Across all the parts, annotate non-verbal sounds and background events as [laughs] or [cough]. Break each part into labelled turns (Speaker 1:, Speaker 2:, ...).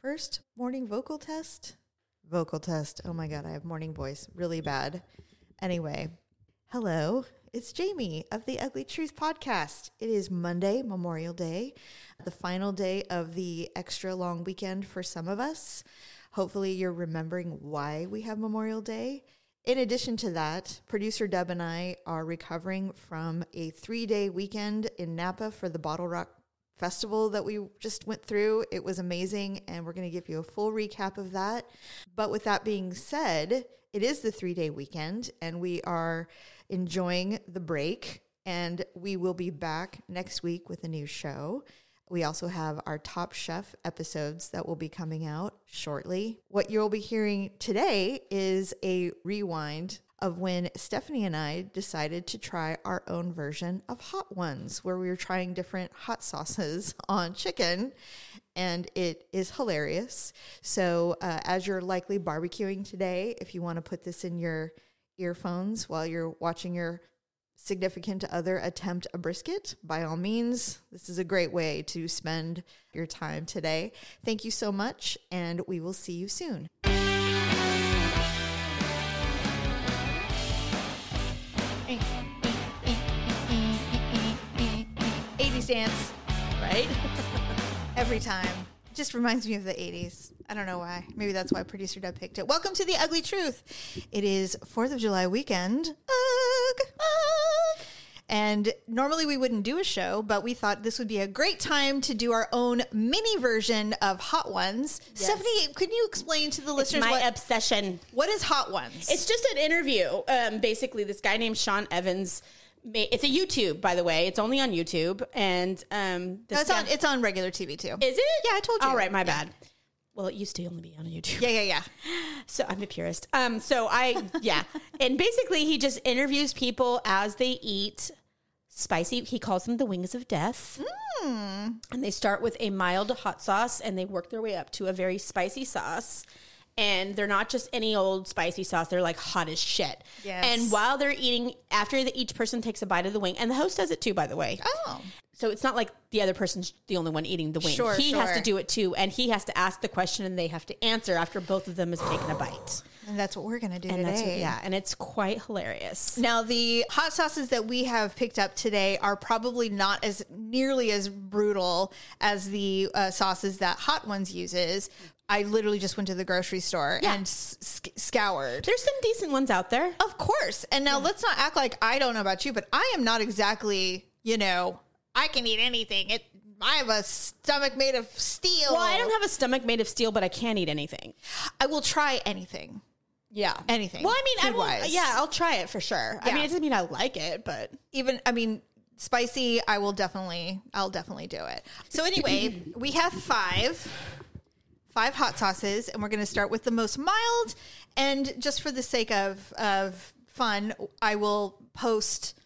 Speaker 1: first morning vocal test. Vocal test. Oh my God, I have morning voice really bad. Anyway, hello. It's Jamie of the Ugly Truth podcast. It is Monday, Memorial Day, the final day of the extra long weekend for some of us. Hopefully, you're remembering why we have Memorial Day. In addition to that, producer Deb and I are recovering from a three day weekend in Napa for the Bottle Rock Festival that we just went through. It was amazing, and we're going to give you a full recap of that. But with that being said, it is the three day weekend, and we are enjoying the break, and we will be back next week with a new show. We also have our Top Chef episodes that will be coming out shortly. What you'll be hearing today is a rewind of when Stephanie and I decided to try our own version of hot ones, where we were trying different hot sauces [laughs] on chicken, and it is hilarious. So, uh, as you're likely barbecuing today, if you want to put this in your earphones while you're watching your significant other attempt a brisket, by all means, this is a great way to spend your time today. Thank you so much, and we will see you soon. Eighties dance,
Speaker 2: right?
Speaker 1: every time. Just reminds me of the 80s. I don't know why. Maybe that's why producer Deb picked it. Welcome to The Ugly Truth. It is 4th of July weekend. Ugh, ugh. And normally we wouldn't do a show, but we thought this would be a great time to do our own mini version of Hot Ones. Stephanie, could you explain to the listeners
Speaker 2: My
Speaker 1: what,
Speaker 2: obsession.
Speaker 1: what is Hot Ones?
Speaker 2: It's just an interview. Um, basically, this guy named Sean Evans. ma- It's a YouTube, by the way. It's only on YouTube, and um, this
Speaker 1: No, it's
Speaker 2: guy-
Speaker 1: on it's on regular TV too.
Speaker 2: Is it?
Speaker 1: Yeah, I told you.
Speaker 2: All right, my
Speaker 1: Yeah.
Speaker 2: bad. Well, it used to only be on YouTube.
Speaker 1: yeah, yeah, yeah.
Speaker 2: So I'm a purist. Um, so I
Speaker 1: [laughs]
Speaker 2: yeah, and basically he just interviews people as they eat spicy. He calls them the wings of death,
Speaker 1: Mm.
Speaker 2: and they start with a mild hot sauce, and they work their way up to a very spicy sauce. And they're not just any old spicy sauce; they're like hot as shit.
Speaker 1: Yes.
Speaker 2: And while they're eating, after the, each person takes a bite of the wing, and the host does it too, by the way.
Speaker 1: Oh,
Speaker 2: So it's not like the other person's the only one eating the wing.
Speaker 1: Sure,
Speaker 2: he has
Speaker 1: sure.
Speaker 2: to do it too, and he has to ask the question, and they have to answer after both of them has taken a bite.
Speaker 1: and that's what we're gonna do
Speaker 2: And
Speaker 1: today.
Speaker 2: that's what- yeah, and it's quite hilarious.
Speaker 1: Now, the hot sauces that we have picked up today are probably not as nearly as brutal as the uh, sauces that Hot Ones uses. I literally just went to the grocery store
Speaker 2: Yeah.
Speaker 1: and s- sc- scoured.
Speaker 2: There's some decent ones out there.
Speaker 1: Of course. And now let's not act like I don't know about you, but I am not exactly, you know, I can eat anything. It, I have a stomach made of steel.
Speaker 2: Well, I don't have a stomach made of steel, but I can eat anything.
Speaker 1: I will try anything.
Speaker 2: Yeah,
Speaker 1: Anything,
Speaker 2: Well, I mean, I will,
Speaker 1: food-wise.
Speaker 2: yeah, I'll try it for sure. I
Speaker 1: Yeah.
Speaker 2: mean, it doesn't mean I like it, but
Speaker 1: even I mean spicy, I will definitely I'll definitely do it. So anyway, we have five five hot sauces and we're going to start with the most mild and just for the sake of of fun, I will post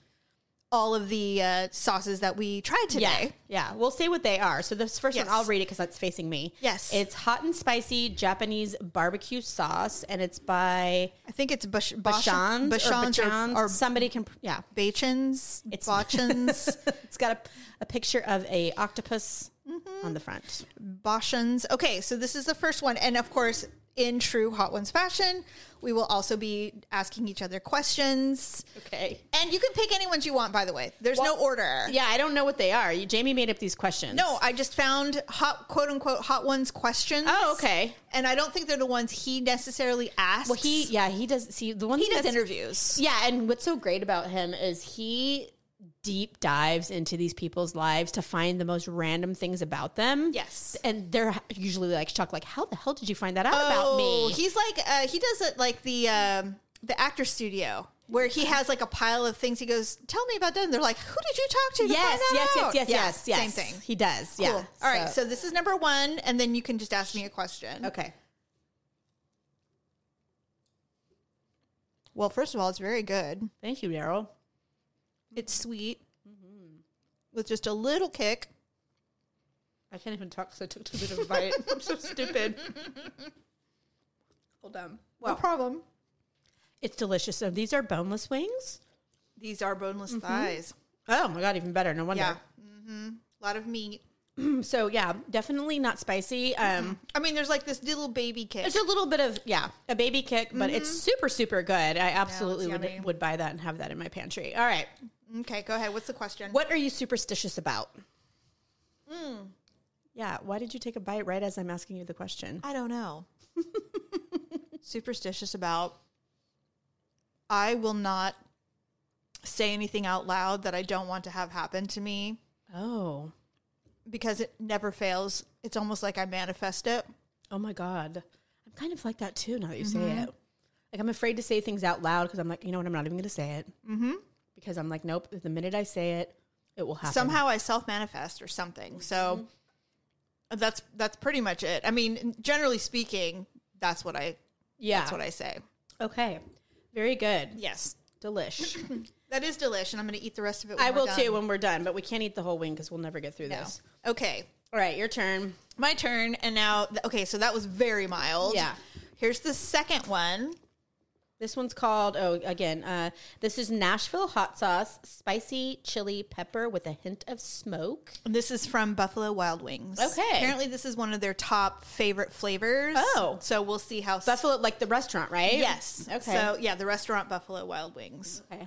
Speaker 1: all of the uh, sauces that we tried
Speaker 2: yeah,
Speaker 1: today.
Speaker 2: yeah. We'll say what they are. So this first
Speaker 1: Yes.
Speaker 2: one, I'll read it because that's facing me.
Speaker 1: Yes.
Speaker 2: it's hot and spicy Japanese barbecue sauce, and it's by
Speaker 1: I think it's Bash- Bash-
Speaker 2: Bashan's,
Speaker 1: Bashan's
Speaker 2: or
Speaker 1: or,
Speaker 2: Bachans.
Speaker 1: or
Speaker 2: somebody can. Yeah, [laughs]
Speaker 1: Bachans,
Speaker 2: It's- [laughs]
Speaker 1: Bachans,
Speaker 2: it's got a, a picture of a octopus
Speaker 1: Mm-hmm.
Speaker 2: on the front.
Speaker 1: Boschens. Okay, so this is the first one. And of course, in true Hot Ones fashion, we will also be asking each other questions.
Speaker 2: Okay.
Speaker 1: And you can pick any ones you want, by the way. There's no
Speaker 2: Well,
Speaker 1: order.
Speaker 2: Yeah, I don't know what they are. You- Jamie made up these questions.
Speaker 1: No, I just found hot, quote unquote, Hot Ones questions.
Speaker 2: Oh, okay.
Speaker 1: And I don't think they're the ones he necessarily asks.
Speaker 2: Well, he yeah he does see the one
Speaker 1: he does
Speaker 2: that's-
Speaker 1: interviews.
Speaker 2: Yeah, and what's so great about him is he deep dives into these people's lives to find the most random things about them.
Speaker 1: Yes.
Speaker 2: and they're usually like shocked, like how the hell did you find that out about
Speaker 1: Oh,
Speaker 2: me?
Speaker 1: He's like uh, he does it like the um, the actor studio where he has like a pile of things. He goes, "Tell me about that." And they're like, "Who did you talk to?" to
Speaker 2: yes,
Speaker 1: find that
Speaker 2: yes,
Speaker 1: out?"
Speaker 2: yes, yes,
Speaker 1: Yeah,
Speaker 2: yes, yes.
Speaker 1: Same thing.
Speaker 2: He does. Yeah.
Speaker 1: Cool. All right. So this is number one, and then you can just ask me a question.
Speaker 2: okay.
Speaker 1: Well, first of all, it's very good.
Speaker 2: Thank you, Daryl.
Speaker 1: It's sweet Mm-hmm. with just a little kick.
Speaker 2: I can't even talk because I took too bit of a bite. [laughs] I'm so stupid. Hold on.
Speaker 1: No problem.
Speaker 2: It's delicious. So these are boneless wings.
Speaker 1: These are boneless thighs.
Speaker 2: Oh my god, even better. No wonder.
Speaker 1: Yeah. hmm A lot of meat.
Speaker 2: So yeah, definitely not spicy. Um,
Speaker 1: I mean, there's like this little baby kick.
Speaker 2: It's a little bit of yeah, a baby kick, but it's super super good. I absolutely
Speaker 1: Mm-hmm. yummy.
Speaker 2: would would buy that and have that in my pantry. All right,
Speaker 1: Okay, go ahead. What's the question?
Speaker 2: what are you superstitious about?
Speaker 1: Hmm.
Speaker 2: Yeah, why did you take a bite right as I'm asking you the question?
Speaker 1: I don't know. [laughs] Superstitious about. I will not say anything out loud that I don't want to have happen to me
Speaker 2: Oh,
Speaker 1: because it never fails. It's almost like I manifest it.
Speaker 2: oh my god, I'm kind of like that too. Now that you
Speaker 1: Mm-hmm.
Speaker 2: say it, like I'm afraid to say things out loud because I'm like, you know what, I'm not even going to say it mm-hmm. because I'm like, nope. The minute I say it, it will happen.
Speaker 1: Somehow I self manifest or something. So
Speaker 2: Mm-hmm.
Speaker 1: that's that's pretty much it. I mean, generally speaking, that's what I
Speaker 2: yeah.
Speaker 1: that's what I Oh say.
Speaker 2: okay, very good,
Speaker 1: Yes. [coughs]
Speaker 2: delish.
Speaker 1: That is delish, and I'm going to eat the rest of it. When
Speaker 2: I
Speaker 1: we're
Speaker 2: will
Speaker 1: done.
Speaker 2: too when we're done, but we can't eat the whole wing because we'll never get through
Speaker 1: No.
Speaker 2: this.
Speaker 1: Okay,
Speaker 2: All right, your turn.
Speaker 1: my turn. And now, okay, so that was very mild.
Speaker 2: Yeah.
Speaker 1: Here's the second one.
Speaker 2: This one's called, oh, again, uh, this is Nashville hot sauce, spicy chili pepper with a hint of smoke.
Speaker 1: This is from Buffalo Wild Wings.
Speaker 2: Okay.
Speaker 1: Apparently, this is one of their top favorite flavors.
Speaker 2: Oh.
Speaker 1: So we'll see how.
Speaker 2: Buffalo, like the restaurant, right?
Speaker 1: yes.
Speaker 2: Okay.
Speaker 1: So, yeah, the restaurant Buffalo Wild Wings.
Speaker 2: okay.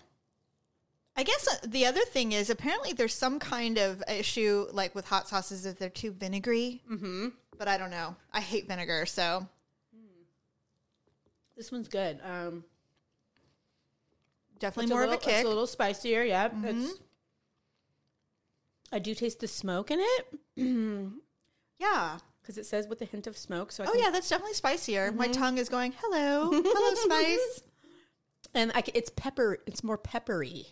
Speaker 1: I guess uh, the other thing is apparently there's some kind of issue like with hot sauces if they're too vinegary. Mm-hmm. But I don't know. I hate vinegar. So,
Speaker 2: This one's good. Um,
Speaker 1: definitely
Speaker 2: it's
Speaker 1: more
Speaker 2: little,
Speaker 1: of a kick.
Speaker 2: It's a Mm-hmm. little spicier, yeah. It's, I do taste the smoke in it
Speaker 1: yeah.
Speaker 2: because it says with a hint of smoke. So I
Speaker 1: Oh,
Speaker 2: can-
Speaker 1: yeah, that's definitely spicier. My tongue is going, hello, [laughs] hello, spice.
Speaker 2: And I c it's pepper, it's more peppery.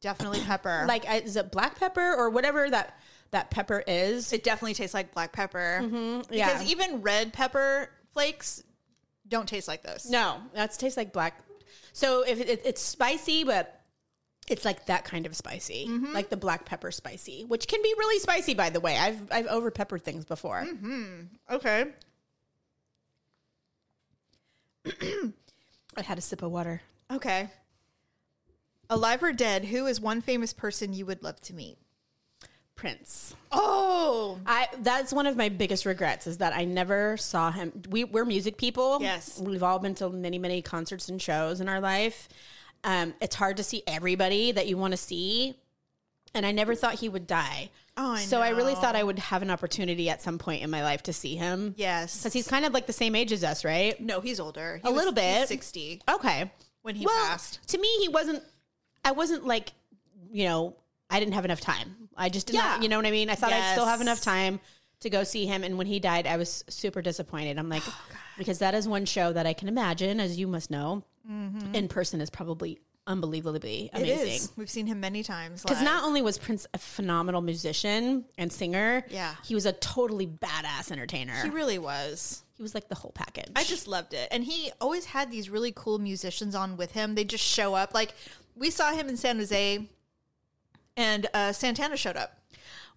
Speaker 1: Definitely pepper.
Speaker 2: Like, I, is it black pepper or whatever that, that pepper is?
Speaker 1: it definitely tastes like black pepper.
Speaker 2: yeah.
Speaker 1: Because even red pepper flakes don't taste like those.
Speaker 2: No, that tastes like black. So if it, it, it's spicy, but it's like that kind of spicy, like the black pepper spicy, which can be really spicy. By the way, I've I've over peppered things before.
Speaker 1: Okay.
Speaker 2: I had a sip of water.
Speaker 1: Okay. Alive or dead, who is one famous person you would love to meet?
Speaker 2: Prince.
Speaker 1: Oh,
Speaker 2: I that's one of my biggest regrets is that I never saw him. We we're music people.
Speaker 1: Yes.
Speaker 2: we've all been to many many concerts and shows in our life. Um, it's hard to see everybody that you want to see, and I never thought he would die.
Speaker 1: Oh, I
Speaker 2: so I really
Speaker 1: know.
Speaker 2: thought I would have an opportunity at some point in my life to see him.
Speaker 1: yes.
Speaker 2: Because he's kind of like the same age as us, right?
Speaker 1: No, he's older. He
Speaker 2: A little
Speaker 1: he's
Speaker 2: bit.
Speaker 1: 60
Speaker 2: Okay.
Speaker 1: when he
Speaker 2: Well,
Speaker 1: passed.
Speaker 2: to me, he wasn't, I wasn't like, you know, I didn't have enough time. I just did
Speaker 1: Yeah.
Speaker 2: not, you know what I mean? I thought I'd still have
Speaker 1: Yes.
Speaker 2: enough time to go see him. And when he died, I was super disappointed. I'm like,
Speaker 1: Oh,
Speaker 2: because that is one show that I can imagine, as you must know, in person is probably unbelievably amazing.
Speaker 1: Mm-hmm. It is. We've seen him many times.
Speaker 2: Because
Speaker 1: live.
Speaker 2: not only was Prince a phenomenal musician and singer,
Speaker 1: Yeah.
Speaker 2: he was a totally badass entertainer.
Speaker 1: he
Speaker 2: He,
Speaker 1: really was.
Speaker 2: was like the whole package.
Speaker 1: I just loved it. And he always had these really cool musicians on with him. They just show up. Like we saw him in San Jose and uh, Santana showed up.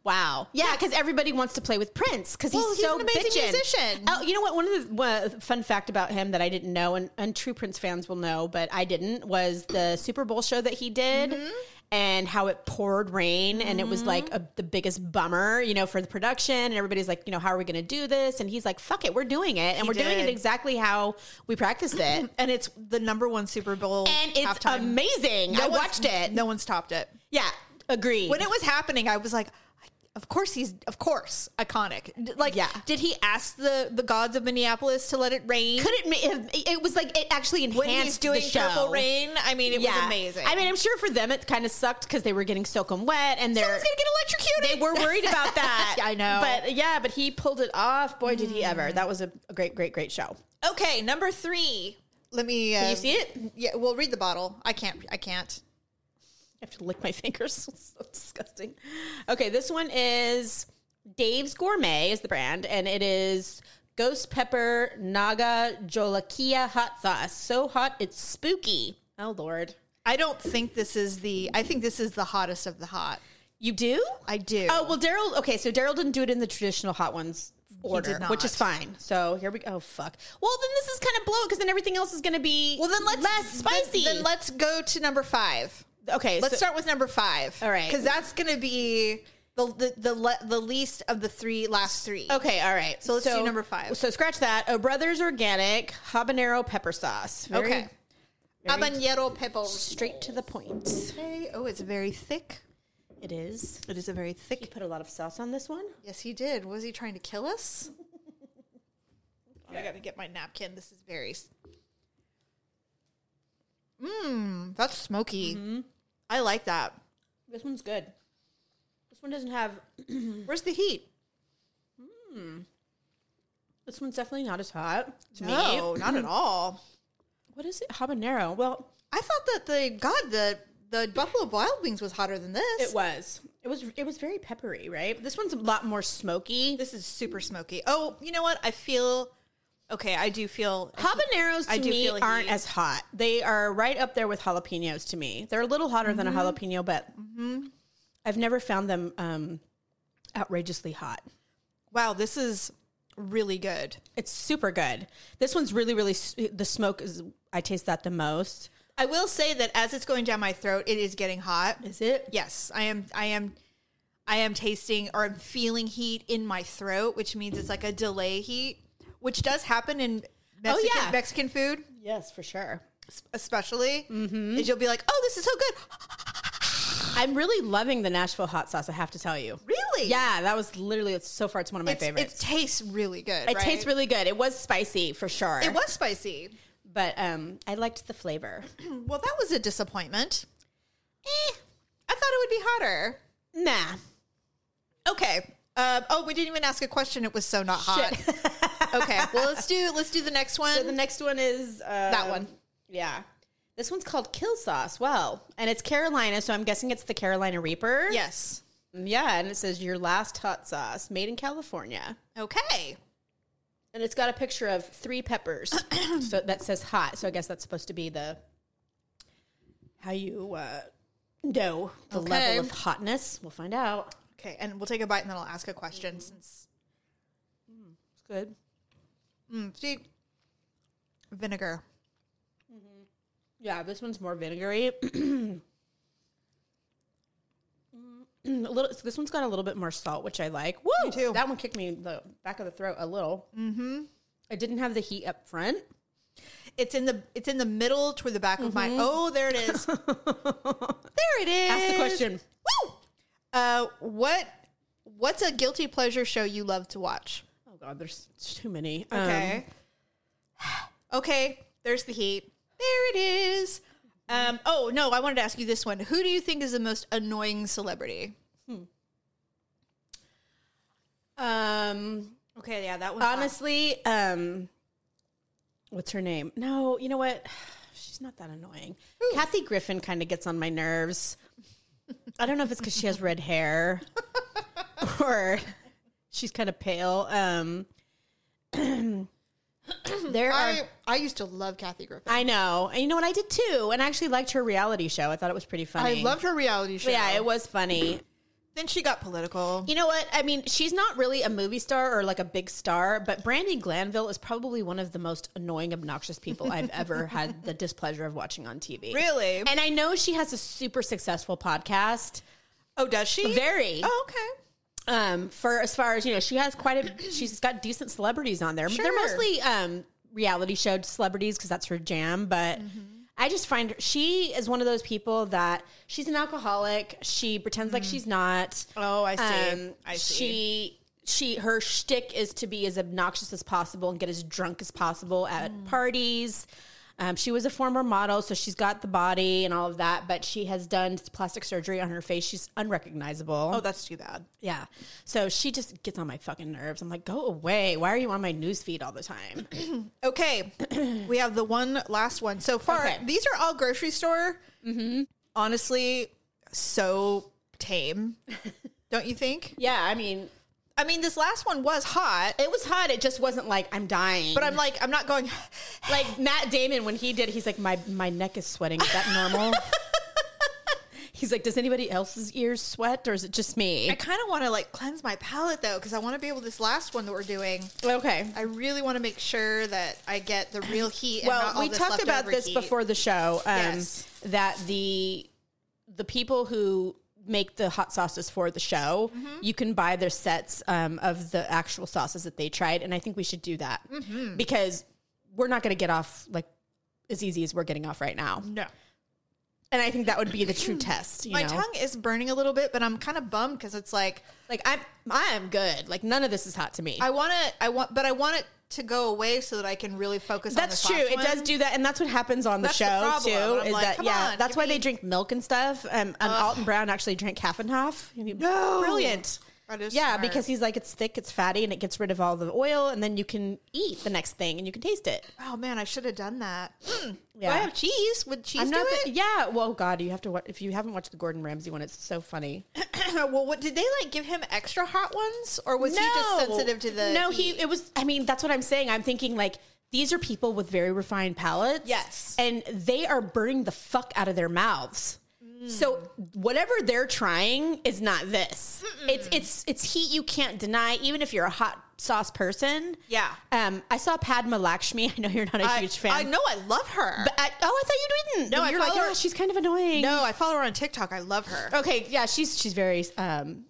Speaker 2: Wow. Yeah, because everybody wants to play with Prince because Oh, he's
Speaker 1: Well, he's
Speaker 2: so
Speaker 1: an amazing
Speaker 2: bitchin'.
Speaker 1: musician.
Speaker 2: Oh, you know what? One of the one, fun fact about him that I didn't know, and, and true Prince fans will know, but I didn't, was the Super Bowl show that he did.
Speaker 1: Mm-hmm.
Speaker 2: And how it poured rain, and it was like a, the biggest bummer, you know, for the production. And everybody's like, you know, how are we going to do this? And he's like, fuck it, we're doing it, and we're doing
Speaker 1: did.
Speaker 2: it exactly how we practiced it,
Speaker 1: [laughs]
Speaker 2: and
Speaker 1: And it's the number one Super Bowl.
Speaker 2: it's
Speaker 1: halftime.
Speaker 2: amazing. I
Speaker 1: one's-
Speaker 2: watched it.
Speaker 1: No one's topped it.
Speaker 2: Yeah, agree.
Speaker 1: When it was happening, I was like, I- of course he's of course iconic. D- Like,
Speaker 2: Yeah.
Speaker 1: did he ask the the gods of Minneapolis to let it rain?
Speaker 2: could it ma- have, it was like it actually enhanced
Speaker 1: when he's doing
Speaker 2: the show.
Speaker 1: purple rain, I mean, it was amazing.
Speaker 2: I mean, I'm sure for them it kind of sucked because they were getting soaking wet and they're
Speaker 1: someone's gonna get electrocuted.
Speaker 2: they were worried
Speaker 1: [laughs]
Speaker 2: about that.
Speaker 1: I know. Mm.
Speaker 2: but yeah, but he pulled it off. Boy, did he ever! That was a, a great, great, great show.
Speaker 1: Okay, number three. Let me. Uh,
Speaker 2: Can you see it? I
Speaker 1: Yeah, well, read the bottle. I can't. I can't.
Speaker 2: have to lick my [laughs] fingers. It's so disgusting. Okay, this one is Dave's Gourmet is the brand, and it is. Ghost pepper naga jolakia hot sauce. So hot it's spooky. Oh lord.
Speaker 1: I don't think this is the. I think this is the hottest of the hot.
Speaker 2: You do?
Speaker 1: I do.
Speaker 2: Oh well, Daryl. Okay, so Daryl didn't do it in the traditional hot ones order,
Speaker 1: did not.
Speaker 2: which is fine. So here we go. Oh fuck. Well, then this is kind of blow because then everything else is going to be well. Then let's less spicy.
Speaker 1: Then, then let's go to number five.
Speaker 2: okay,
Speaker 1: Let's
Speaker 2: so-
Speaker 1: start with number five.
Speaker 2: All right.
Speaker 1: because that's going to be The the the, le- the least of the three last three.
Speaker 2: Okay, all right.
Speaker 1: So let's do number five.
Speaker 2: So scratch that. Oh Brothers Organic Habanero Pepper Sauce. Very
Speaker 1: okay. Habanero peppers.
Speaker 2: Straight to the point.
Speaker 1: Okay. Oh, it's very thick.
Speaker 2: It is.
Speaker 1: It is a very thick.
Speaker 2: You put a lot of sauce on this one.
Speaker 1: Yes, he did. Was he trying to kill us? I gotta get my napkin. This is very. s- Mmm, that's smoky.
Speaker 2: Mm-hmm.
Speaker 1: I like that.
Speaker 2: This one's good. This one doesn't have.
Speaker 1: Where's the heat?
Speaker 2: This one's definitely not as hot to
Speaker 1: No,
Speaker 2: me.
Speaker 1: not at all.
Speaker 2: What is it? Habanero. Well,
Speaker 1: I thought that the God the the Buffalo Wild Wings was hotter than this.
Speaker 2: it was. It was. It was very peppery, right? This one's a lot more smoky.
Speaker 1: This is super smoky. Oh, you know what? I feel okay. I do feel
Speaker 2: Habaneros to
Speaker 1: I do
Speaker 2: me
Speaker 1: feel a
Speaker 2: aren't
Speaker 1: heat.
Speaker 2: as hot. They are right up there with jalapenos to me. They're a little hotter than a jalapeno, but mm-hmm, I've never found them um, outrageously hot.
Speaker 1: wow. This is really good.
Speaker 2: It's super good. This one's really, really s- the smoke is. I taste that the most.
Speaker 1: I will say that as it's going down my throat, it is getting hot.
Speaker 2: Is it?
Speaker 1: Yes, I am. I am. I am tasting or I'm feeling heat in my throat, which means it's like a delay heat, which does happen in Mexican,
Speaker 2: Oh, yeah.
Speaker 1: Mexican food,
Speaker 2: Yes, for sure.
Speaker 1: s- especially. Mm-hmm. Is you'll be like, "Oh, this is so good!"
Speaker 2: I'm really loving the Nashville hot sauce. I have to tell you.
Speaker 1: Really?
Speaker 2: Yeah, that was literally it's, so far. It's one of my
Speaker 1: It's-
Speaker 2: favorites.
Speaker 1: It tastes really good.
Speaker 2: it tastes really good. It was spicy for sure.
Speaker 1: It was spicy.
Speaker 2: but um, I liked the flavor.
Speaker 1: Well, that was a disappointment. Eh, I thought it would be hotter.
Speaker 2: Nah,
Speaker 1: Okay. Um, oh, we didn't even ask a question. It was so not hot. [laughs] okay. Well, let's do let's do the next one.
Speaker 2: The next one is uh, that
Speaker 1: one.
Speaker 2: Yeah, this one's called Kill Sauce. Well, and it's Carolina, so I'm guessing it's the Carolina Reaper.
Speaker 1: yes.
Speaker 2: yeah, and it says your last hot sauce made in California,
Speaker 1: Okay.
Speaker 2: and it's got a picture of three [clears throat] peppers, so that says hot. So I guess that's supposed to be the how you uh, know the
Speaker 1: Okay.
Speaker 2: level of hotness. We'll find out.
Speaker 1: Okay, and we'll take a bite and then I'll ask a question. Since
Speaker 2: It's good.
Speaker 1: mm, see, vinegar.
Speaker 2: Yeah, this one's more vinegary. [clears throat] Mm, a little. so this one's got a little bit more salt, which I like. Woo!
Speaker 1: too.
Speaker 2: That one kicked me in the back of the throat a little. Mm-hmm. I didn't have the heat up front.
Speaker 1: It's in the it's in the middle toward the back of my. Oh, there it [laughs] is. there it is.
Speaker 2: Ask the question.
Speaker 1: Woo! Uh, what what's a guilty pleasure show you love to watch?
Speaker 2: Oh God, there's too many. Um,
Speaker 1: Okay. Um, [sighs] okay. There's the heat. There it is. Um, oh no, I wanted to ask you this one. Who do you think is the most annoying celebrity?
Speaker 2: um
Speaker 1: Okay, yeah, that one.
Speaker 2: honestly, um, what's her name? No, you know what? [sighs] She's not that annoying. Kathy Griffin kind of gets on my nerves. I don't know if it's because she has red hair [laughs] or she's kind of pale. Um, [clears throat] there are.
Speaker 1: I I used to love Kathy Griffin.
Speaker 2: I know, and you know what? I did too, and I actually liked her reality show. I thought it was pretty funny.
Speaker 1: I loved her reality show.
Speaker 2: Yeah, it was funny.
Speaker 1: Then she got political.
Speaker 2: You know what? I mean, she's not really a movie star or like a big star, but Brandy Glanville is probably one of the most annoying, obnoxious people
Speaker 1: [laughs]
Speaker 2: I've ever had the displeasure of watching on TV.
Speaker 1: Really?
Speaker 2: And I know she has a super successful podcast.
Speaker 1: oh, does she?
Speaker 2: Very.
Speaker 1: Oh, okay.
Speaker 2: Um, for as far as, you know, she has quite a she's got decent celebrities on there. They're
Speaker 1: Sure.
Speaker 2: mostly um reality show celebrities because that's her jam, but
Speaker 1: Mm-hmm.
Speaker 2: I just find her, she is one of those people that she's an alcoholic. She pretends like she's not.
Speaker 1: Mm-hmm. Oh, I see.
Speaker 2: Um,
Speaker 1: I see.
Speaker 2: She she her shtick is to be as obnoxious as possible and get as drunk as possible at
Speaker 1: Mm.
Speaker 2: parties. Um, she was a former model, so she's got the body and all of that, but she has done plastic surgery on her face. She's unrecognizable.
Speaker 1: oh, that's too bad.
Speaker 2: yeah. So she just gets on my fucking nerves. I'm like, go away. Why are you on my newsfeed all the time?
Speaker 1: [clears throat] Okay, we have the one last one so far.
Speaker 2: Okay.
Speaker 1: These are all grocery store. Mm-hmm. Honestly, so [laughs] tame, don't you think?
Speaker 2: [clears throat] yeah, I mean,
Speaker 1: I mean, this last one was hot,
Speaker 2: it was hot. It just wasn't like I'm dying.
Speaker 1: but I'm like, I'm not going.
Speaker 2: like Matt Damon when he did, he's like, my my neck is sweating. Is that normal? [laughs] he's like, does anybody else's ears sweat or is it just
Speaker 1: I
Speaker 2: me?
Speaker 1: kind of want to like cleanse my palate though, because I want to be able. This last one that we're doing,
Speaker 2: Okay.
Speaker 1: I really want to make sure that I get the real heat. And not
Speaker 2: Well,
Speaker 1: all
Speaker 2: we
Speaker 1: this
Speaker 2: talked about
Speaker 1: leftover
Speaker 2: this
Speaker 1: heat.
Speaker 2: before the show. Um,
Speaker 1: Yes.
Speaker 2: That the the people who make the hot sauces for the show, you can buy their sets um, of the actual sauces that they tried, and I think we should do that Mm-hmm. because we're not going to get off like as easy as we're getting off right now,
Speaker 1: No.
Speaker 2: and I think that would be the true test. You
Speaker 1: My
Speaker 2: know?
Speaker 1: tongue is burning a little bit, but I'm kind of bummed because it's like
Speaker 2: like I'm, I'm good. Like none of this is hot to me.
Speaker 1: I want to, I want, but I want it to go away so that I can really focus
Speaker 2: That's
Speaker 1: on
Speaker 2: true. It does do that, and that's what happens on the
Speaker 1: That's the
Speaker 2: show
Speaker 1: problem.
Speaker 2: too.
Speaker 1: I'm
Speaker 2: Is
Speaker 1: like,
Speaker 2: that
Speaker 1: "Come
Speaker 2: yeah?
Speaker 1: on,
Speaker 2: that's
Speaker 1: give
Speaker 2: why
Speaker 1: me-"
Speaker 2: they drink milk and stuff. Um, and Alton Brown actually drank half and half.
Speaker 1: No.
Speaker 2: brilliant.
Speaker 1: That is
Speaker 2: yeah,
Speaker 1: smart.
Speaker 2: because he's like it's thick, it's fatty, and it gets rid of all the oil, and then you can eat the next thing and you can taste it.
Speaker 1: Oh man, I should have done that. Mm.
Speaker 2: Yeah.
Speaker 1: Do I have cheese? Would cheese
Speaker 2: I'm
Speaker 1: do
Speaker 2: not.
Speaker 1: it?
Speaker 2: The, yeah. Well, God, you have to. wa- If you haven't watched the Gordon Ramsay one, it's so funny.
Speaker 1: [coughs] well, what did they like? Give him extra hot ones, or was he just sensitive to the?
Speaker 2: No,
Speaker 1: heat?
Speaker 2: he. It was. I mean, that's what I'm saying. I'm thinking like these are people with very refined palates.
Speaker 1: Yes.
Speaker 2: and they are burning the fuck out of their mouths. So whatever they're trying is not this. It's it's it's heat you can't deny. Even if you're a hot sauce person.
Speaker 1: Yeah.
Speaker 2: Um. I saw Padma Lakshmi. [laughs] I know you're not a
Speaker 1: I,
Speaker 2: huge fan.
Speaker 1: I know I love her.
Speaker 2: But I, oh, I thought you didn't.
Speaker 1: No, I
Speaker 2: you're like,
Speaker 1: follow-
Speaker 2: oh, she's kind of annoying.
Speaker 1: no, I follow her on TikTok. I love her.
Speaker 2: Okay, yeah, she's she's very um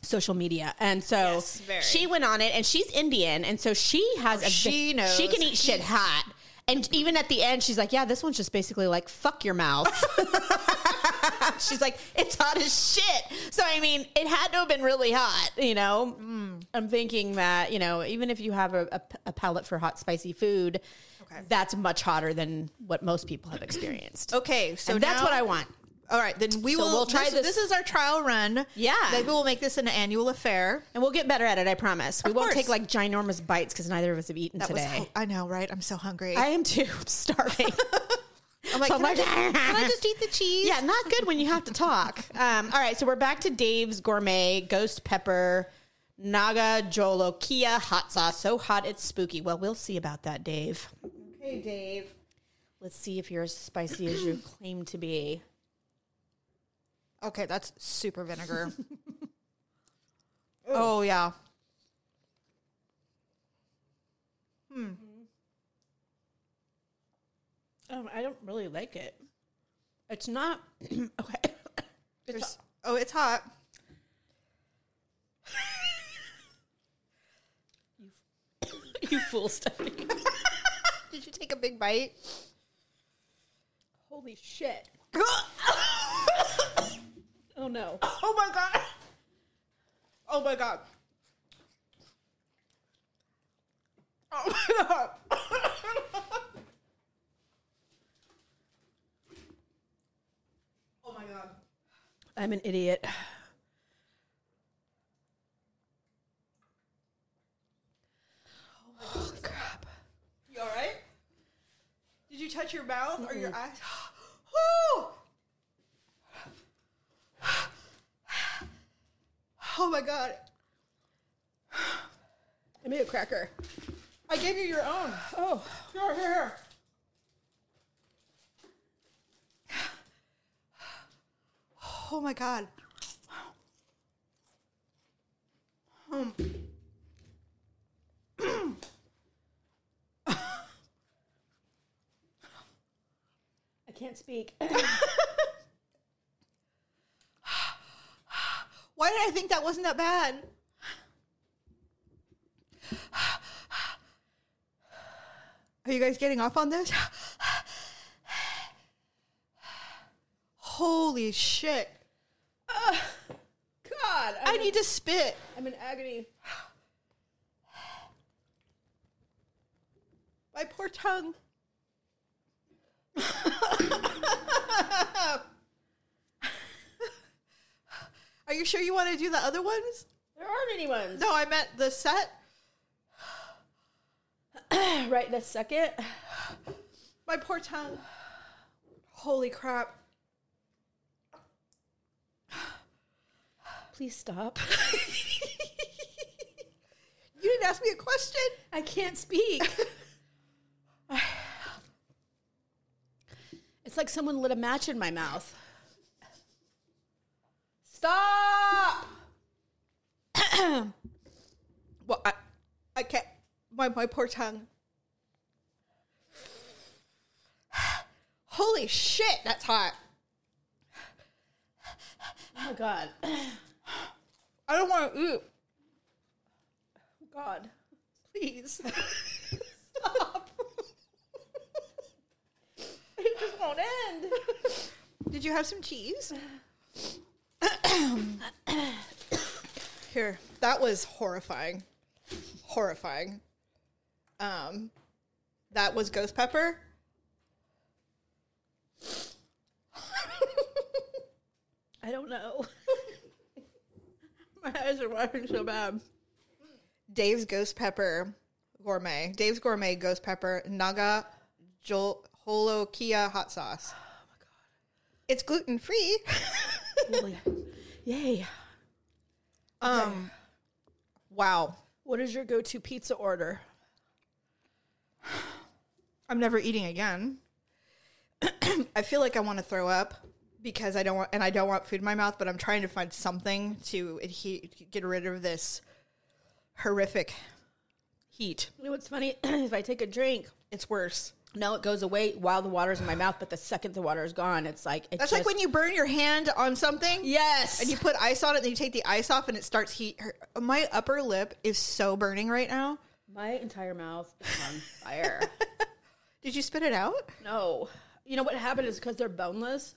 Speaker 2: social media. And so
Speaker 1: Yes, very. Oh,
Speaker 2: she went on it and she's Indian and so she has a
Speaker 1: she knows.
Speaker 2: she can eat shit hot. And even at the end she's like, "Yeah, this one's just basically like fuck
Speaker 1: [laughs]
Speaker 2: your mouth." she's like, "It's hot as shit." So I mean, it had to have been really hot, you know.
Speaker 1: Mm.
Speaker 2: I'm thinking that, you know, even if you have a, a, a palate for hot spicy food,
Speaker 1: Okay.
Speaker 2: that's much hotter than what most people have experienced.
Speaker 1: Okay, so
Speaker 2: and that's
Speaker 1: now-
Speaker 2: what I want.
Speaker 1: All right, then we
Speaker 2: So
Speaker 1: will.
Speaker 2: we'll try
Speaker 1: this,
Speaker 2: this-
Speaker 1: this is our trial run.
Speaker 2: Yeah.
Speaker 1: Maybe we'll make this an annual affair.
Speaker 2: And we'll get better at it, I promise. We
Speaker 1: Of
Speaker 2: won't
Speaker 1: course.
Speaker 2: take like ginormous bites because neither of us have eaten
Speaker 1: That was-
Speaker 2: today.
Speaker 1: I know, right? I'm so hungry.
Speaker 2: [laughs] I am too. I'm [laughs] starving.
Speaker 1: am like,
Speaker 2: so
Speaker 1: can, I
Speaker 2: much-
Speaker 1: just, can I just [laughs] eat the cheese?
Speaker 2: yeah, not good when you have to talk. Um, all right, so we're back to Dave's gourmet ghost pepper naga jolokia hot sauce. So hot it's spooky. Well, we'll see about that, Dave.
Speaker 1: Hey, Dave.
Speaker 2: Let's see if you're as spicy as [clears throat] you claim to be.
Speaker 1: Okay, that's super [laughs] vinegar. oh yeah.
Speaker 2: Um, I don't really like it. It's not [clears throat] okay. [laughs]
Speaker 1: There's, oh, it's hot.
Speaker 2: you fool, Stephanie. [laughs]
Speaker 1: Did you take a big bite?
Speaker 2: Holy shit.
Speaker 1: [laughs] oh
Speaker 2: Oh no.
Speaker 1: my god. Oh my god. Oh my god. oh my god.
Speaker 2: I'm an idiot. Oh, crap.
Speaker 1: You all right? Did you touch your mouth or your eyes?
Speaker 2: [gasps]
Speaker 1: Whew! [gasps] oh my god.
Speaker 2: I made a cracker.
Speaker 1: I gave you your own.
Speaker 2: Oh,
Speaker 1: Here, here, here. Oh my god. Um.
Speaker 2: I can't speak.
Speaker 1: Why did I think that wasn't that bad? Are you guys getting off on this? Holy shit.
Speaker 2: God,
Speaker 1: I need to spit.
Speaker 2: I'm in agony.
Speaker 1: My poor tongue. Are you sure you want to do the other ones?
Speaker 2: There aren't any ones. [laughs]
Speaker 1: No, I meant the set.
Speaker 2: Right this second.
Speaker 1: My poor tongue. Holy crap.
Speaker 2: Please stop.
Speaker 1: [laughs] You didn't ask me a question.
Speaker 2: I can't [laughs] speak. it's like someone lit a match in my mouth. Stop!
Speaker 3: [coughs]
Speaker 1: Well, I, I can't. My, my poor tongue.
Speaker 3: [sighs]
Speaker 1: Holy shit, that's hot.
Speaker 2: Oh God.
Speaker 3: I don't want to eat.
Speaker 2: God.
Speaker 3: Please. [laughs] Stop. [laughs]
Speaker 2: It just won't end.
Speaker 3: Did you have some cheese? Here. That was horrifying. Horrifying. Um that was ghost pepper.
Speaker 2: I don't know.
Speaker 3: My eyes are watering so bad. Dave's Ghost Pepper Gourmet. Dave's Gourmet Ghost Pepper Naga Jol- Holokia Hot Sauce. Oh my god. It's gluten free.
Speaker 2: Yay.
Speaker 3: um Wow.
Speaker 2: What is your go-to pizza order?
Speaker 3: I'm never eating again. [clears throat] I feel like I want to throw up because I don't want and I don't want food in my mouth, but I'm trying to find something to adhe- get rid of this horrific heat.
Speaker 2: You know what's funny? [clears throat] if I take a drink,
Speaker 3: It's worse.
Speaker 2: no, it goes away while the water's in my mouth, but the second the water is gone, it's like it
Speaker 3: That's
Speaker 2: just,
Speaker 3: like when you burn your hand on something.
Speaker 2: Yes.
Speaker 3: And you put ice on it, then you take the ice off, and it starts heat. Her, my upper lip is so burning right now.
Speaker 2: my entire mouth is on
Speaker 3: [laughs]
Speaker 2: fire.
Speaker 3: Did you spit it out?
Speaker 2: no. You know what happened is because they're boneless.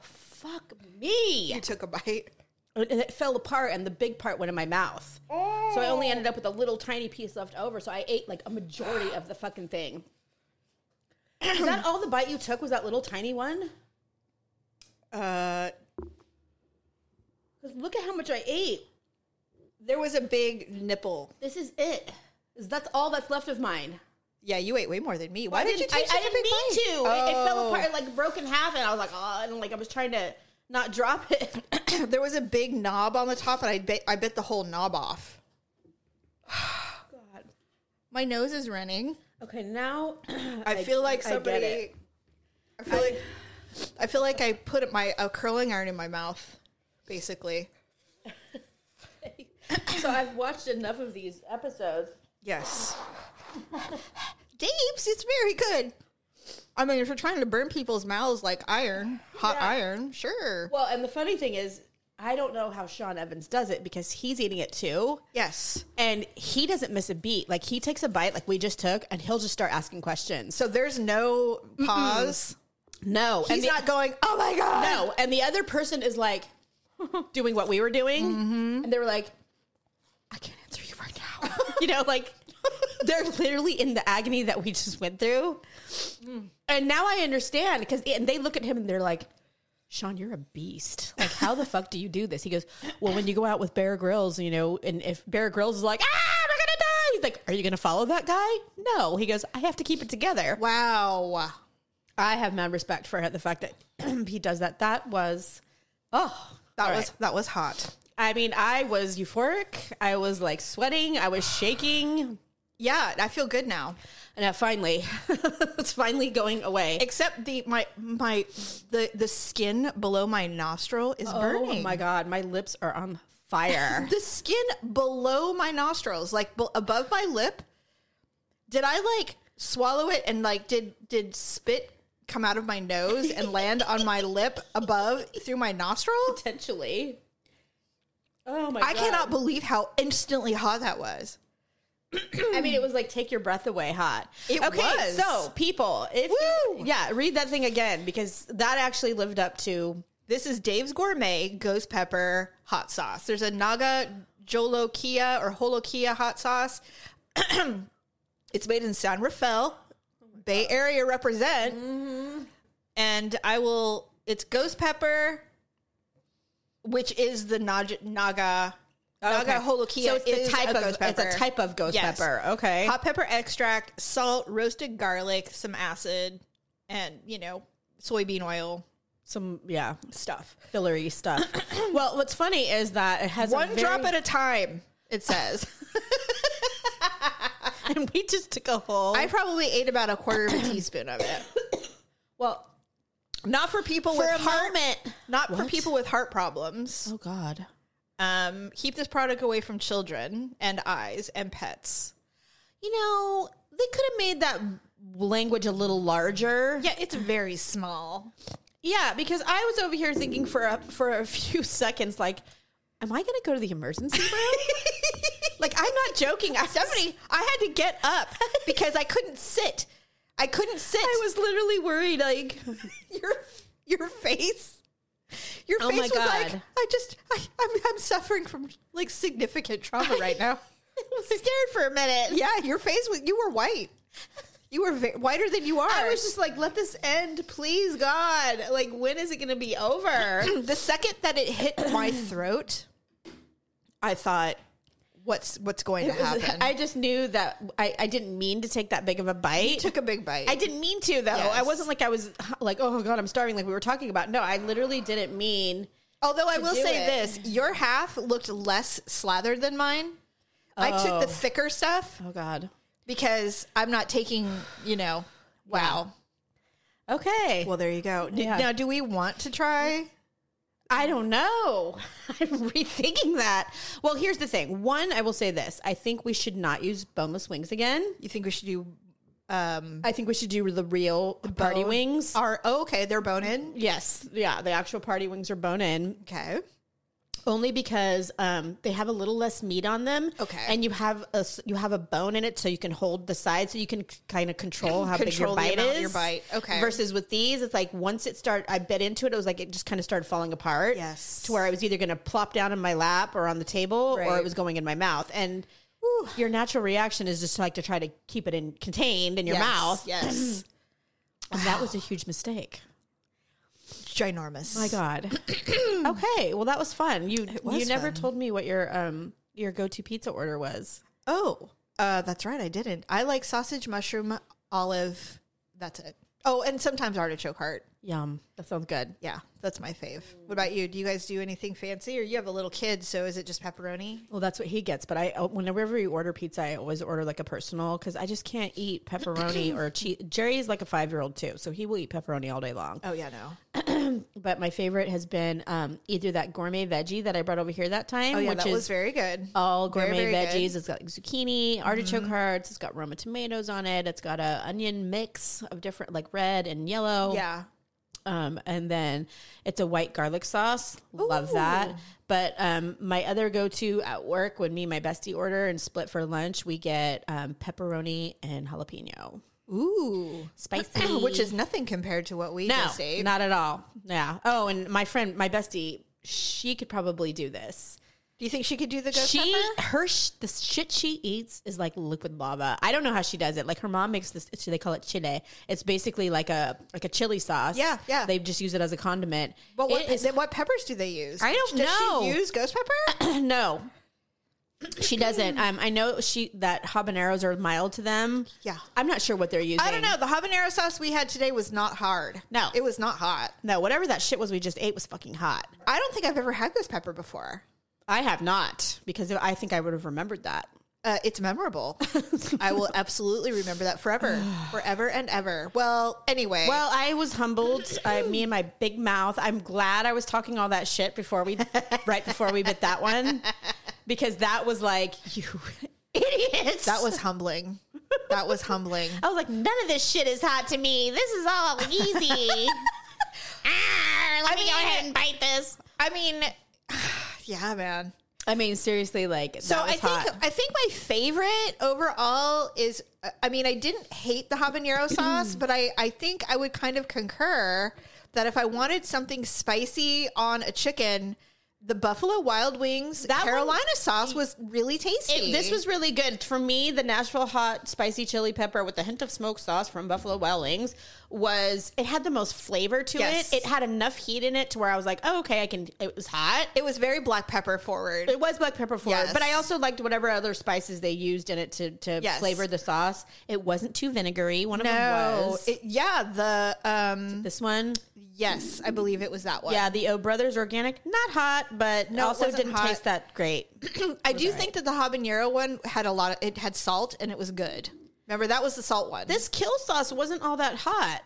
Speaker 2: Fuck me.
Speaker 3: You took a bite.
Speaker 2: and it fell apart and the big part went in my mouth. So I only ended up with a little tiny piece left over. So I ate like a majority of the fucking thing. Is that all the bite you took was that little tiny one?
Speaker 3: Uh,
Speaker 2: 'Cause look at how much I ate.
Speaker 3: there was a big nipple.
Speaker 2: This is it. Is that's all that's left of mine?
Speaker 3: Yeah, you ate way more than me. Why
Speaker 2: I
Speaker 3: did you
Speaker 2: didn't,
Speaker 3: take
Speaker 2: I,
Speaker 3: such
Speaker 2: I
Speaker 3: a big
Speaker 2: didn't
Speaker 3: bite?
Speaker 2: mean to. It, it fell
Speaker 3: Oh.
Speaker 2: apart, like broke in half, and I was like, oh, and like I was trying to not drop it.
Speaker 3: [coughs]
Speaker 2: [coughs]
Speaker 3: There was a big knob on the top, and I bit, I bit the whole knob off.
Speaker 2: God.
Speaker 3: My nose is running.
Speaker 2: Okay, now [clears throat]
Speaker 3: I, feel like
Speaker 2: I get
Speaker 3: somebody. I,
Speaker 2: it.
Speaker 3: feel like I feel like I put my a curling iron in my mouth, basically.
Speaker 2: [laughs] so I've watched enough of these episodes.
Speaker 3: Yes. Deeps, it's very good. I mean, if you're trying to burn people's mouths like iron, hot
Speaker 2: Yeah.
Speaker 3: iron, sure.
Speaker 2: Well, and the funny thing is, I don't know how Sean Evans does it because he's eating it too.
Speaker 3: yes.
Speaker 2: And he doesn't miss a beat. Like he takes a bite, like we just took, and he'll just start asking questions. So
Speaker 3: So there's no pause.
Speaker 2: no, and
Speaker 3: He's
Speaker 2: the,
Speaker 3: not going, oh my God.
Speaker 2: no, and the other person is
Speaker 3: [laughs]
Speaker 2: like doing what we were doing,
Speaker 3: Mm-hmm.
Speaker 2: and they were like, "I can't answer you right now." [laughs] you know, like they're literally in the agony that we just went through. And now I understand because and they look at him and they're like. Sean, you're a beast. Like, how the fuck do you do this? He goes, Well, when you go out with Bear Grylls, you know, and if Bear Grylls is like, Ah, we're gonna die. He's like, Are you gonna follow that guy? No. He goes, I have to keep it together.
Speaker 3: Wow.
Speaker 2: I have mad respect for the fact that [clears throat] he does that. That was, oh,
Speaker 3: That
Speaker 2: all
Speaker 3: was
Speaker 2: right.
Speaker 3: that was hot.
Speaker 2: I mean, I was euphoric. I was like sweating. I was shaking.
Speaker 3: Yeah, I feel good now.
Speaker 2: And I finally, [laughs] it's finally going away.
Speaker 3: Except the my my the the skin below my nostril is burning.
Speaker 2: Oh my god, my lips are on fire.
Speaker 3: the skin below my nostrils, like b- above my lip. Did I like swallow it and like did did spit come out of my nose and land on my lip above through my nostril?
Speaker 2: [laughs]
Speaker 3: [laughs]
Speaker 2: Potentially. Oh my!
Speaker 3: I
Speaker 2: God.
Speaker 3: cannot believe how instantly hot that was.
Speaker 2: I mean, it was like take your breath away, hot.
Speaker 3: It
Speaker 2: okay,
Speaker 3: was.
Speaker 2: so people, if you-
Speaker 3: Woo!
Speaker 2: yeah, read that thing again because that actually lived up to
Speaker 3: This is Dave's Gourmet Ghost Pepper Hot Sauce. There's a Naga Jolokia or Holokia hot sauce. [clears throat] it's made in San Rafael, Bay Area represent. And I will, it's ghost pepper, which is the Naga, Naga, Naga Holokia.
Speaker 2: So it's the
Speaker 3: is
Speaker 2: type
Speaker 3: a
Speaker 2: of
Speaker 3: ghost pepper.
Speaker 2: it's a type of ghost
Speaker 3: Yes.
Speaker 2: pepper. Okay.
Speaker 3: Hot pepper extract, salt, roasted garlic, some acid, and, you know, soybean oil
Speaker 2: Some yeah,
Speaker 3: stuff.
Speaker 2: fillery [coughs] stuff. well, what's funny is that it has a
Speaker 3: One
Speaker 2: very-
Speaker 3: drop at a time, it says.
Speaker 2: and [laughs] we just took a whole.
Speaker 3: [laughs] I probably ate about a quarter of a teaspoon of it.
Speaker 2: well,
Speaker 3: Not for people
Speaker 2: for a
Speaker 3: with heart,
Speaker 2: moment.
Speaker 3: not for
Speaker 2: What?
Speaker 3: people with heart problems.
Speaker 2: Oh God.
Speaker 3: Um, keep this product away from children and eyes and pets.
Speaker 2: You know they could have made that language a little larger.
Speaker 3: Yeah, it's very small.
Speaker 2: Yeah, because I was over here thinking for a, for a [laughs] few seconds, like, am I going to go to the emergency room? [laughs] like, I'm not joking. I,
Speaker 3: Somebody, I had to get up because I couldn't sit. I couldn't sit.
Speaker 2: I was literally worried. Like,
Speaker 3: your your face. Your
Speaker 2: Oh
Speaker 3: face
Speaker 2: my
Speaker 3: was like
Speaker 2: God.
Speaker 3: I just I, I'm I'm suffering from like significant trauma right now.
Speaker 2: [laughs] I was scared for a minute.
Speaker 3: yeah, your face was you were white. You were ve- whiter than you are.
Speaker 2: I was just like, let this end, please, God. Like, when is it going to be [clears throat] over?
Speaker 3: the second that
Speaker 2: [laughs]
Speaker 3: it [clears throat] hit my throat, I thought, "What's what's going to happen?"
Speaker 2: [laughs] I just knew that I, I didn't mean to take that big of a bite.
Speaker 3: took a big bite.
Speaker 2: I didn't mean to though. I
Speaker 3: Yes.
Speaker 2: wasn't like I was like, oh god, I'm starving, like we were talking about. No, I literally didn't mean.
Speaker 3: Although I will
Speaker 2: do
Speaker 3: say
Speaker 2: it.
Speaker 3: this, your half looked less slathered than mine. I took the
Speaker 2: Oh.
Speaker 3: thicker stuff
Speaker 2: Oh god.
Speaker 3: because I'm not taking, you know, wow.
Speaker 2: Okay.
Speaker 3: Well, there you go. Do-
Speaker 2: Yeah.
Speaker 3: Now, do we want to try?
Speaker 2: I don't know. [laughs] I'm rethinking that. Well, here's the thing. One, I will say this. I think we should not use boneless wings again.
Speaker 3: You think we should do? Um,
Speaker 2: I think we should do the real party
Speaker 3: bone-
Speaker 2: wings.
Speaker 3: Are oh, okay? They're bone in.
Speaker 2: yes. Yeah, the actual party wings are bone in.
Speaker 3: Okay.
Speaker 2: only because um, they have a little less meat on them.
Speaker 3: Okay.
Speaker 2: and you have a s- you have a bone in it, so you can hold the side, so you can kind of control how
Speaker 3: Control the
Speaker 2: big your bite
Speaker 3: amount of
Speaker 2: is.
Speaker 3: your bite. Okay.
Speaker 2: Versus with these, it's like once it started, I bit into it. It was like it just kind of started falling apart.
Speaker 3: Yes.
Speaker 2: To where I was either going to plop down in my lap or on the table, or
Speaker 3: Right.
Speaker 2: it was going in my mouth. And your natural reaction is just like to try to keep it in contained in your
Speaker 3: Yes,
Speaker 2: mouth.
Speaker 3: [clears throat] Yes.
Speaker 2: And that was a huge mistake.
Speaker 3: Ginormous.
Speaker 2: My God. [clears throat] okay. Well, that was fun. You
Speaker 3: was
Speaker 2: you never
Speaker 3: fun.
Speaker 2: told me what your um your go to pizza order was.
Speaker 3: Oh, uh, that's right. I didn't. I like sausage, mushroom, olive. That's it. Oh, and sometimes artichoke heart.
Speaker 2: Yum. That sounds good.
Speaker 3: Yeah, that's my fave. What about you? Do you guys do anything fancy, or you have a little kid? So is it just pepperoni?
Speaker 2: Well, that's what he gets. But I uh, whenever we order pizza, I always order like a personal because I just can't eat pepperoni or cheese. Jerry's like a five year old too, so he will eat pepperoni all day long.
Speaker 3: Oh yeah, no.
Speaker 2: But my favorite has been um, either that gourmet veggie that I brought over here that time,
Speaker 3: Oh yeah,
Speaker 2: which
Speaker 3: that
Speaker 2: is
Speaker 3: was very good.
Speaker 2: all gourmet
Speaker 3: very
Speaker 2: veggies.
Speaker 3: good. Mm-hmm.
Speaker 2: It's got like zucchini, artichoke hearts. It's got Roma tomatoes on it. It's got a onion mix of different like red and yellow.
Speaker 3: yeah.
Speaker 2: Um, and then it's a white garlic sauce. Love that. But um, my other go to at work, when me and my bestie order and split for lunch, we get um, pepperoni and jalapeno.
Speaker 3: Ooh,
Speaker 2: Spicy.
Speaker 3: [clears throat] which is nothing compared to what we
Speaker 2: no,
Speaker 3: just ate.
Speaker 2: not at all. Yeah. Oh, and my friend, my bestie, she could probably do this.
Speaker 3: do you think she could do the ghost
Speaker 2: She,
Speaker 3: pepper?
Speaker 2: her, sh- the shit she eats is like liquid lava. I don't know how she does it. Like her mom makes this, they call it chile. It's basically like a, like a chili sauce.
Speaker 3: Yeah, yeah.
Speaker 2: They just use it as a condiment.
Speaker 3: But what,
Speaker 2: It is
Speaker 3: then what peppers do they use?
Speaker 2: I don't
Speaker 3: Does
Speaker 2: know.
Speaker 3: She use ghost
Speaker 2: [laughs]
Speaker 3: pepper?
Speaker 2: no she doesn't [clears throat] um, i know she that habaneros are mild to them
Speaker 3: Yeah.
Speaker 2: i'm not sure what they're using
Speaker 3: I don't know. The habanero sauce we had today was not hard.
Speaker 2: No.
Speaker 3: it was not hot.
Speaker 2: no whatever that shit was we just ate was fucking hot
Speaker 3: I don't think I've ever had ghost pepper before.
Speaker 2: i have not because i think i would have remembered that
Speaker 3: Uh, it's memorable. [laughs] I will absolutely remember that forever, forever and ever. Well, anyway,
Speaker 2: well i was humbled I, me and my big mouth i'm glad i was talking all that shit before we right before we bit that one because that was like [laughs] you idiots
Speaker 3: that was humbling. That was humbling.
Speaker 2: i was like none of this shit is hot to me this is all [laughs] easy ah, let me go ahead and bite this
Speaker 3: [laughs] I mean, [sighs] yeah, man.
Speaker 2: I mean, seriously, like
Speaker 3: So I think I think my favorite overall is uh, I mean I didn't hate the [clears throat] habanero sauce, but I I think I would kind of concur that if I wanted something spicy on a chicken, the buffalo wild wings
Speaker 2: That one-
Speaker 3: Carolina sauce was really tasty.
Speaker 2: It- this was really good for me. The Nashville hot spicy chili pepper with a hint of smoked sauce from Buffalo Wild Wings was it had the most flavor to
Speaker 3: Yes.
Speaker 2: it. It had enough heat in it to where I was like, oh, okay, I can. It was hot. It,
Speaker 3: it was very black pepper forward.
Speaker 2: it was black pepper for
Speaker 3: Yes.
Speaker 2: it, but I also liked whatever other spices they used in it to to
Speaker 3: Yes.
Speaker 2: flavor the sauce. It wasn't too vinegary. One of them
Speaker 3: No,
Speaker 2: was.
Speaker 3: it, yeah, the um,
Speaker 2: this one,
Speaker 3: yes, I believe it was that one.
Speaker 2: yeah, the O Brothers organic, not hot, but
Speaker 3: No, it
Speaker 2: also
Speaker 3: wasn't
Speaker 2: didn't
Speaker 3: hot.
Speaker 2: taste that great.
Speaker 3: I do think that the habanero one had a lot of it had salt and it was good. Remember that was the salt one.
Speaker 2: this kill sauce wasn't all that hot.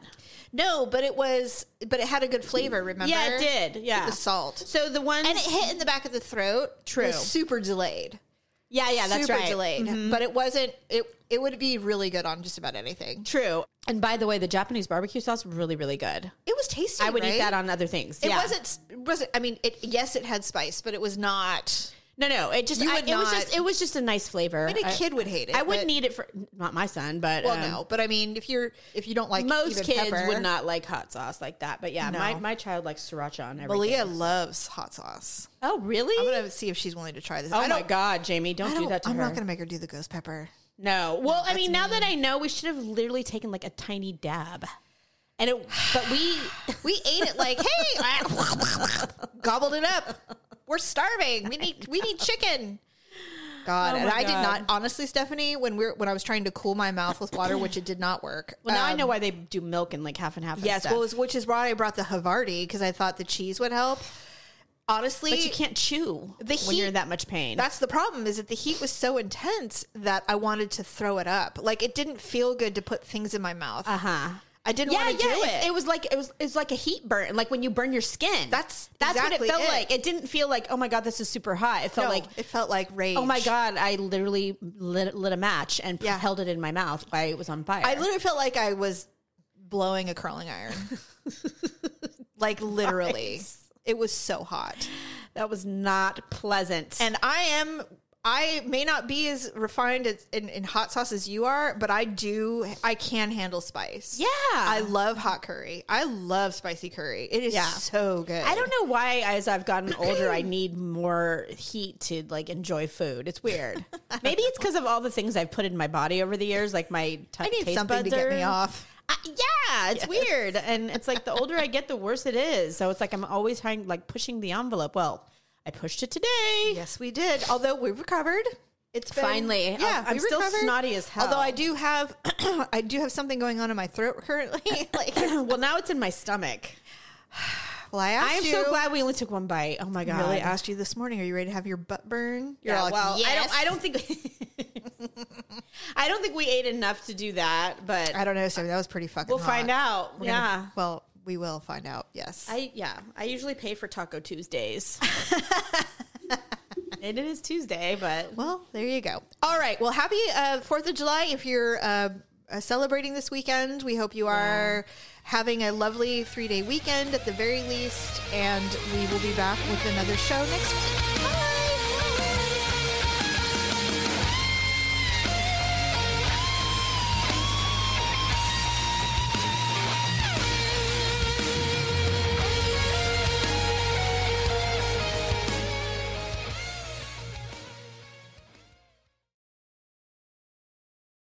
Speaker 3: No, but it was, but it had a good flavor. Remember?
Speaker 2: Yeah, it did. Yeah,
Speaker 3: The salt,
Speaker 2: So the ones,
Speaker 3: and it hit in the back of the throat. True. super delayed.
Speaker 2: Yeah, yeah, that's
Speaker 1: super
Speaker 2: right.
Speaker 1: delayed. But it wasn't. It it would be really good on just about anything.
Speaker 2: True. And by the way, the Japanese barbecue sauce really, really good.
Speaker 1: It was tasty.
Speaker 2: I would eat
Speaker 1: right?
Speaker 2: that on other things.
Speaker 1: It
Speaker 2: yeah.
Speaker 1: wasn't. s- It wasn't. I mean, it. Yes, it had spice, but it was not.
Speaker 2: No, no. It just.
Speaker 1: You
Speaker 2: I,
Speaker 1: would
Speaker 2: it was
Speaker 1: not-
Speaker 2: just. It was just a nice flavor.
Speaker 1: I mean, a
Speaker 2: I-
Speaker 1: kid would hate it.
Speaker 2: I wouldn't
Speaker 1: but-
Speaker 2: eat it for not my son, but
Speaker 1: Well,
Speaker 2: um,
Speaker 1: no, but I mean, if you're if you don't like
Speaker 2: Most
Speaker 1: even
Speaker 2: kids
Speaker 1: pepper,
Speaker 2: would not like hot sauce like that, but yeah, my,
Speaker 1: No.
Speaker 2: my child likes sriracha on everything.
Speaker 1: Malia loves hot sauce.
Speaker 2: Oh, really?
Speaker 1: I'm gonna see if she's willing to try this.
Speaker 2: oh
Speaker 1: I
Speaker 2: my
Speaker 1: don't,
Speaker 2: god, Jamie, don't
Speaker 1: I
Speaker 2: do
Speaker 1: don't-
Speaker 2: that to
Speaker 1: I'm
Speaker 2: her.
Speaker 1: not gonna make her do the ghost pepper.
Speaker 2: no. Well, I mean, now that I know, we should have literally taken like a tiny dab, and it. But we. [sighs]
Speaker 1: We ate it like,
Speaker 2: [laughs]
Speaker 1: hey, gobbled it up. We're starving. We need we need chicken. God,
Speaker 2: Oh
Speaker 1: and
Speaker 2: my
Speaker 1: I did
Speaker 2: God.
Speaker 1: not honestly, Stephanie. When we are when I was trying to cool my mouth with water, which it did not work.
Speaker 2: Well, now I
Speaker 1: um,
Speaker 2: know why they do milk and like half and half. and
Speaker 1: Yes,
Speaker 2: stuff.
Speaker 1: well, it was- which is why I brought the Havarti because I thought the cheese would help. Honestly,
Speaker 2: but you can't chew
Speaker 1: The
Speaker 2: when you're
Speaker 1: heat-
Speaker 2: in that much pain.
Speaker 1: That's the problem is that the heat was so intense that I wanted to throw it up. Like it didn't feel good to put things in my mouth.
Speaker 2: uh huh.
Speaker 1: I didn't
Speaker 2: yeah,
Speaker 1: want to
Speaker 2: yeah.
Speaker 1: do
Speaker 2: it's-
Speaker 1: it.
Speaker 2: It. was like it was it was like a heat burn, like when you burn your skin.
Speaker 1: That's
Speaker 2: that's
Speaker 1: exactly
Speaker 2: what it felt
Speaker 1: it.
Speaker 2: like. It didn't feel like oh my god, this is super hot. It felt
Speaker 1: No,
Speaker 2: like
Speaker 1: it felt like rage.
Speaker 2: oh my god, I literally lit, lit a match and
Speaker 1: Yeah.
Speaker 2: held it in my mouth while it was on fire.
Speaker 1: I literally felt like I was blowing a curling
Speaker 2: [laughs]
Speaker 1: iron. like literally. It was so hot.
Speaker 2: that was not pleasant.
Speaker 1: And I am I may not be as refined as, in, in hot sauce as you are, but I do I can handle spice.
Speaker 2: yeah,
Speaker 1: I
Speaker 2: I,
Speaker 1: love hot curry. I love spicy curry. It is
Speaker 2: Yeah.
Speaker 1: so good.
Speaker 2: don't know why as I've gotten older, [clears throat] I need more heat to like enjoy food. It's [laughs] weird. Maybe it's because of all the things I've put in my body over the years, like my t-
Speaker 1: I need
Speaker 2: taste
Speaker 1: something to
Speaker 2: buds
Speaker 1: get me
Speaker 2: are-
Speaker 1: off.
Speaker 2: I, yeah, it's weird, and it's like the older I get, the worse it is. So it's like I'm always trying, like pushing the envelope. Well, I pushed it today.
Speaker 1: [laughs] Yes, we did. Although we recovered. It's been,
Speaker 2: Finally.
Speaker 1: yeah.
Speaker 2: I'm- I'm
Speaker 1: we
Speaker 2: still snotty as hell.
Speaker 1: Although I do have, [clears throat] I do have something going on in my throat currently. [laughs] like, well,
Speaker 2: [laughs] Well, now it's in my stomach.
Speaker 1: I asked
Speaker 2: I am
Speaker 1: you.
Speaker 2: so glad we only took one bite. Oh my god!
Speaker 1: Really asked you this morning. Are you ready to have your butt burn? You're
Speaker 2: Yeah,
Speaker 1: all like,
Speaker 2: well, I
Speaker 1: "Yes."
Speaker 2: don't. I don't think. [laughs] I don't think we ate enough to do that, but
Speaker 1: I don't know. So that was pretty fucking.
Speaker 2: we'll find
Speaker 1: hot.
Speaker 2: out.
Speaker 1: We're
Speaker 2: yeah.
Speaker 1: gonna- well, we will find out. Yes.
Speaker 2: I yeah, I usually pay for Taco Tuesdays. [laughs] and it is Tuesday, but
Speaker 1: well, there you go. All right. Well, happy uh, Fourth of July. If you're uh, uh, celebrating this weekend, we hope you are having a lovely three day weekend at the very least. And we will be back with another show next week. Bye.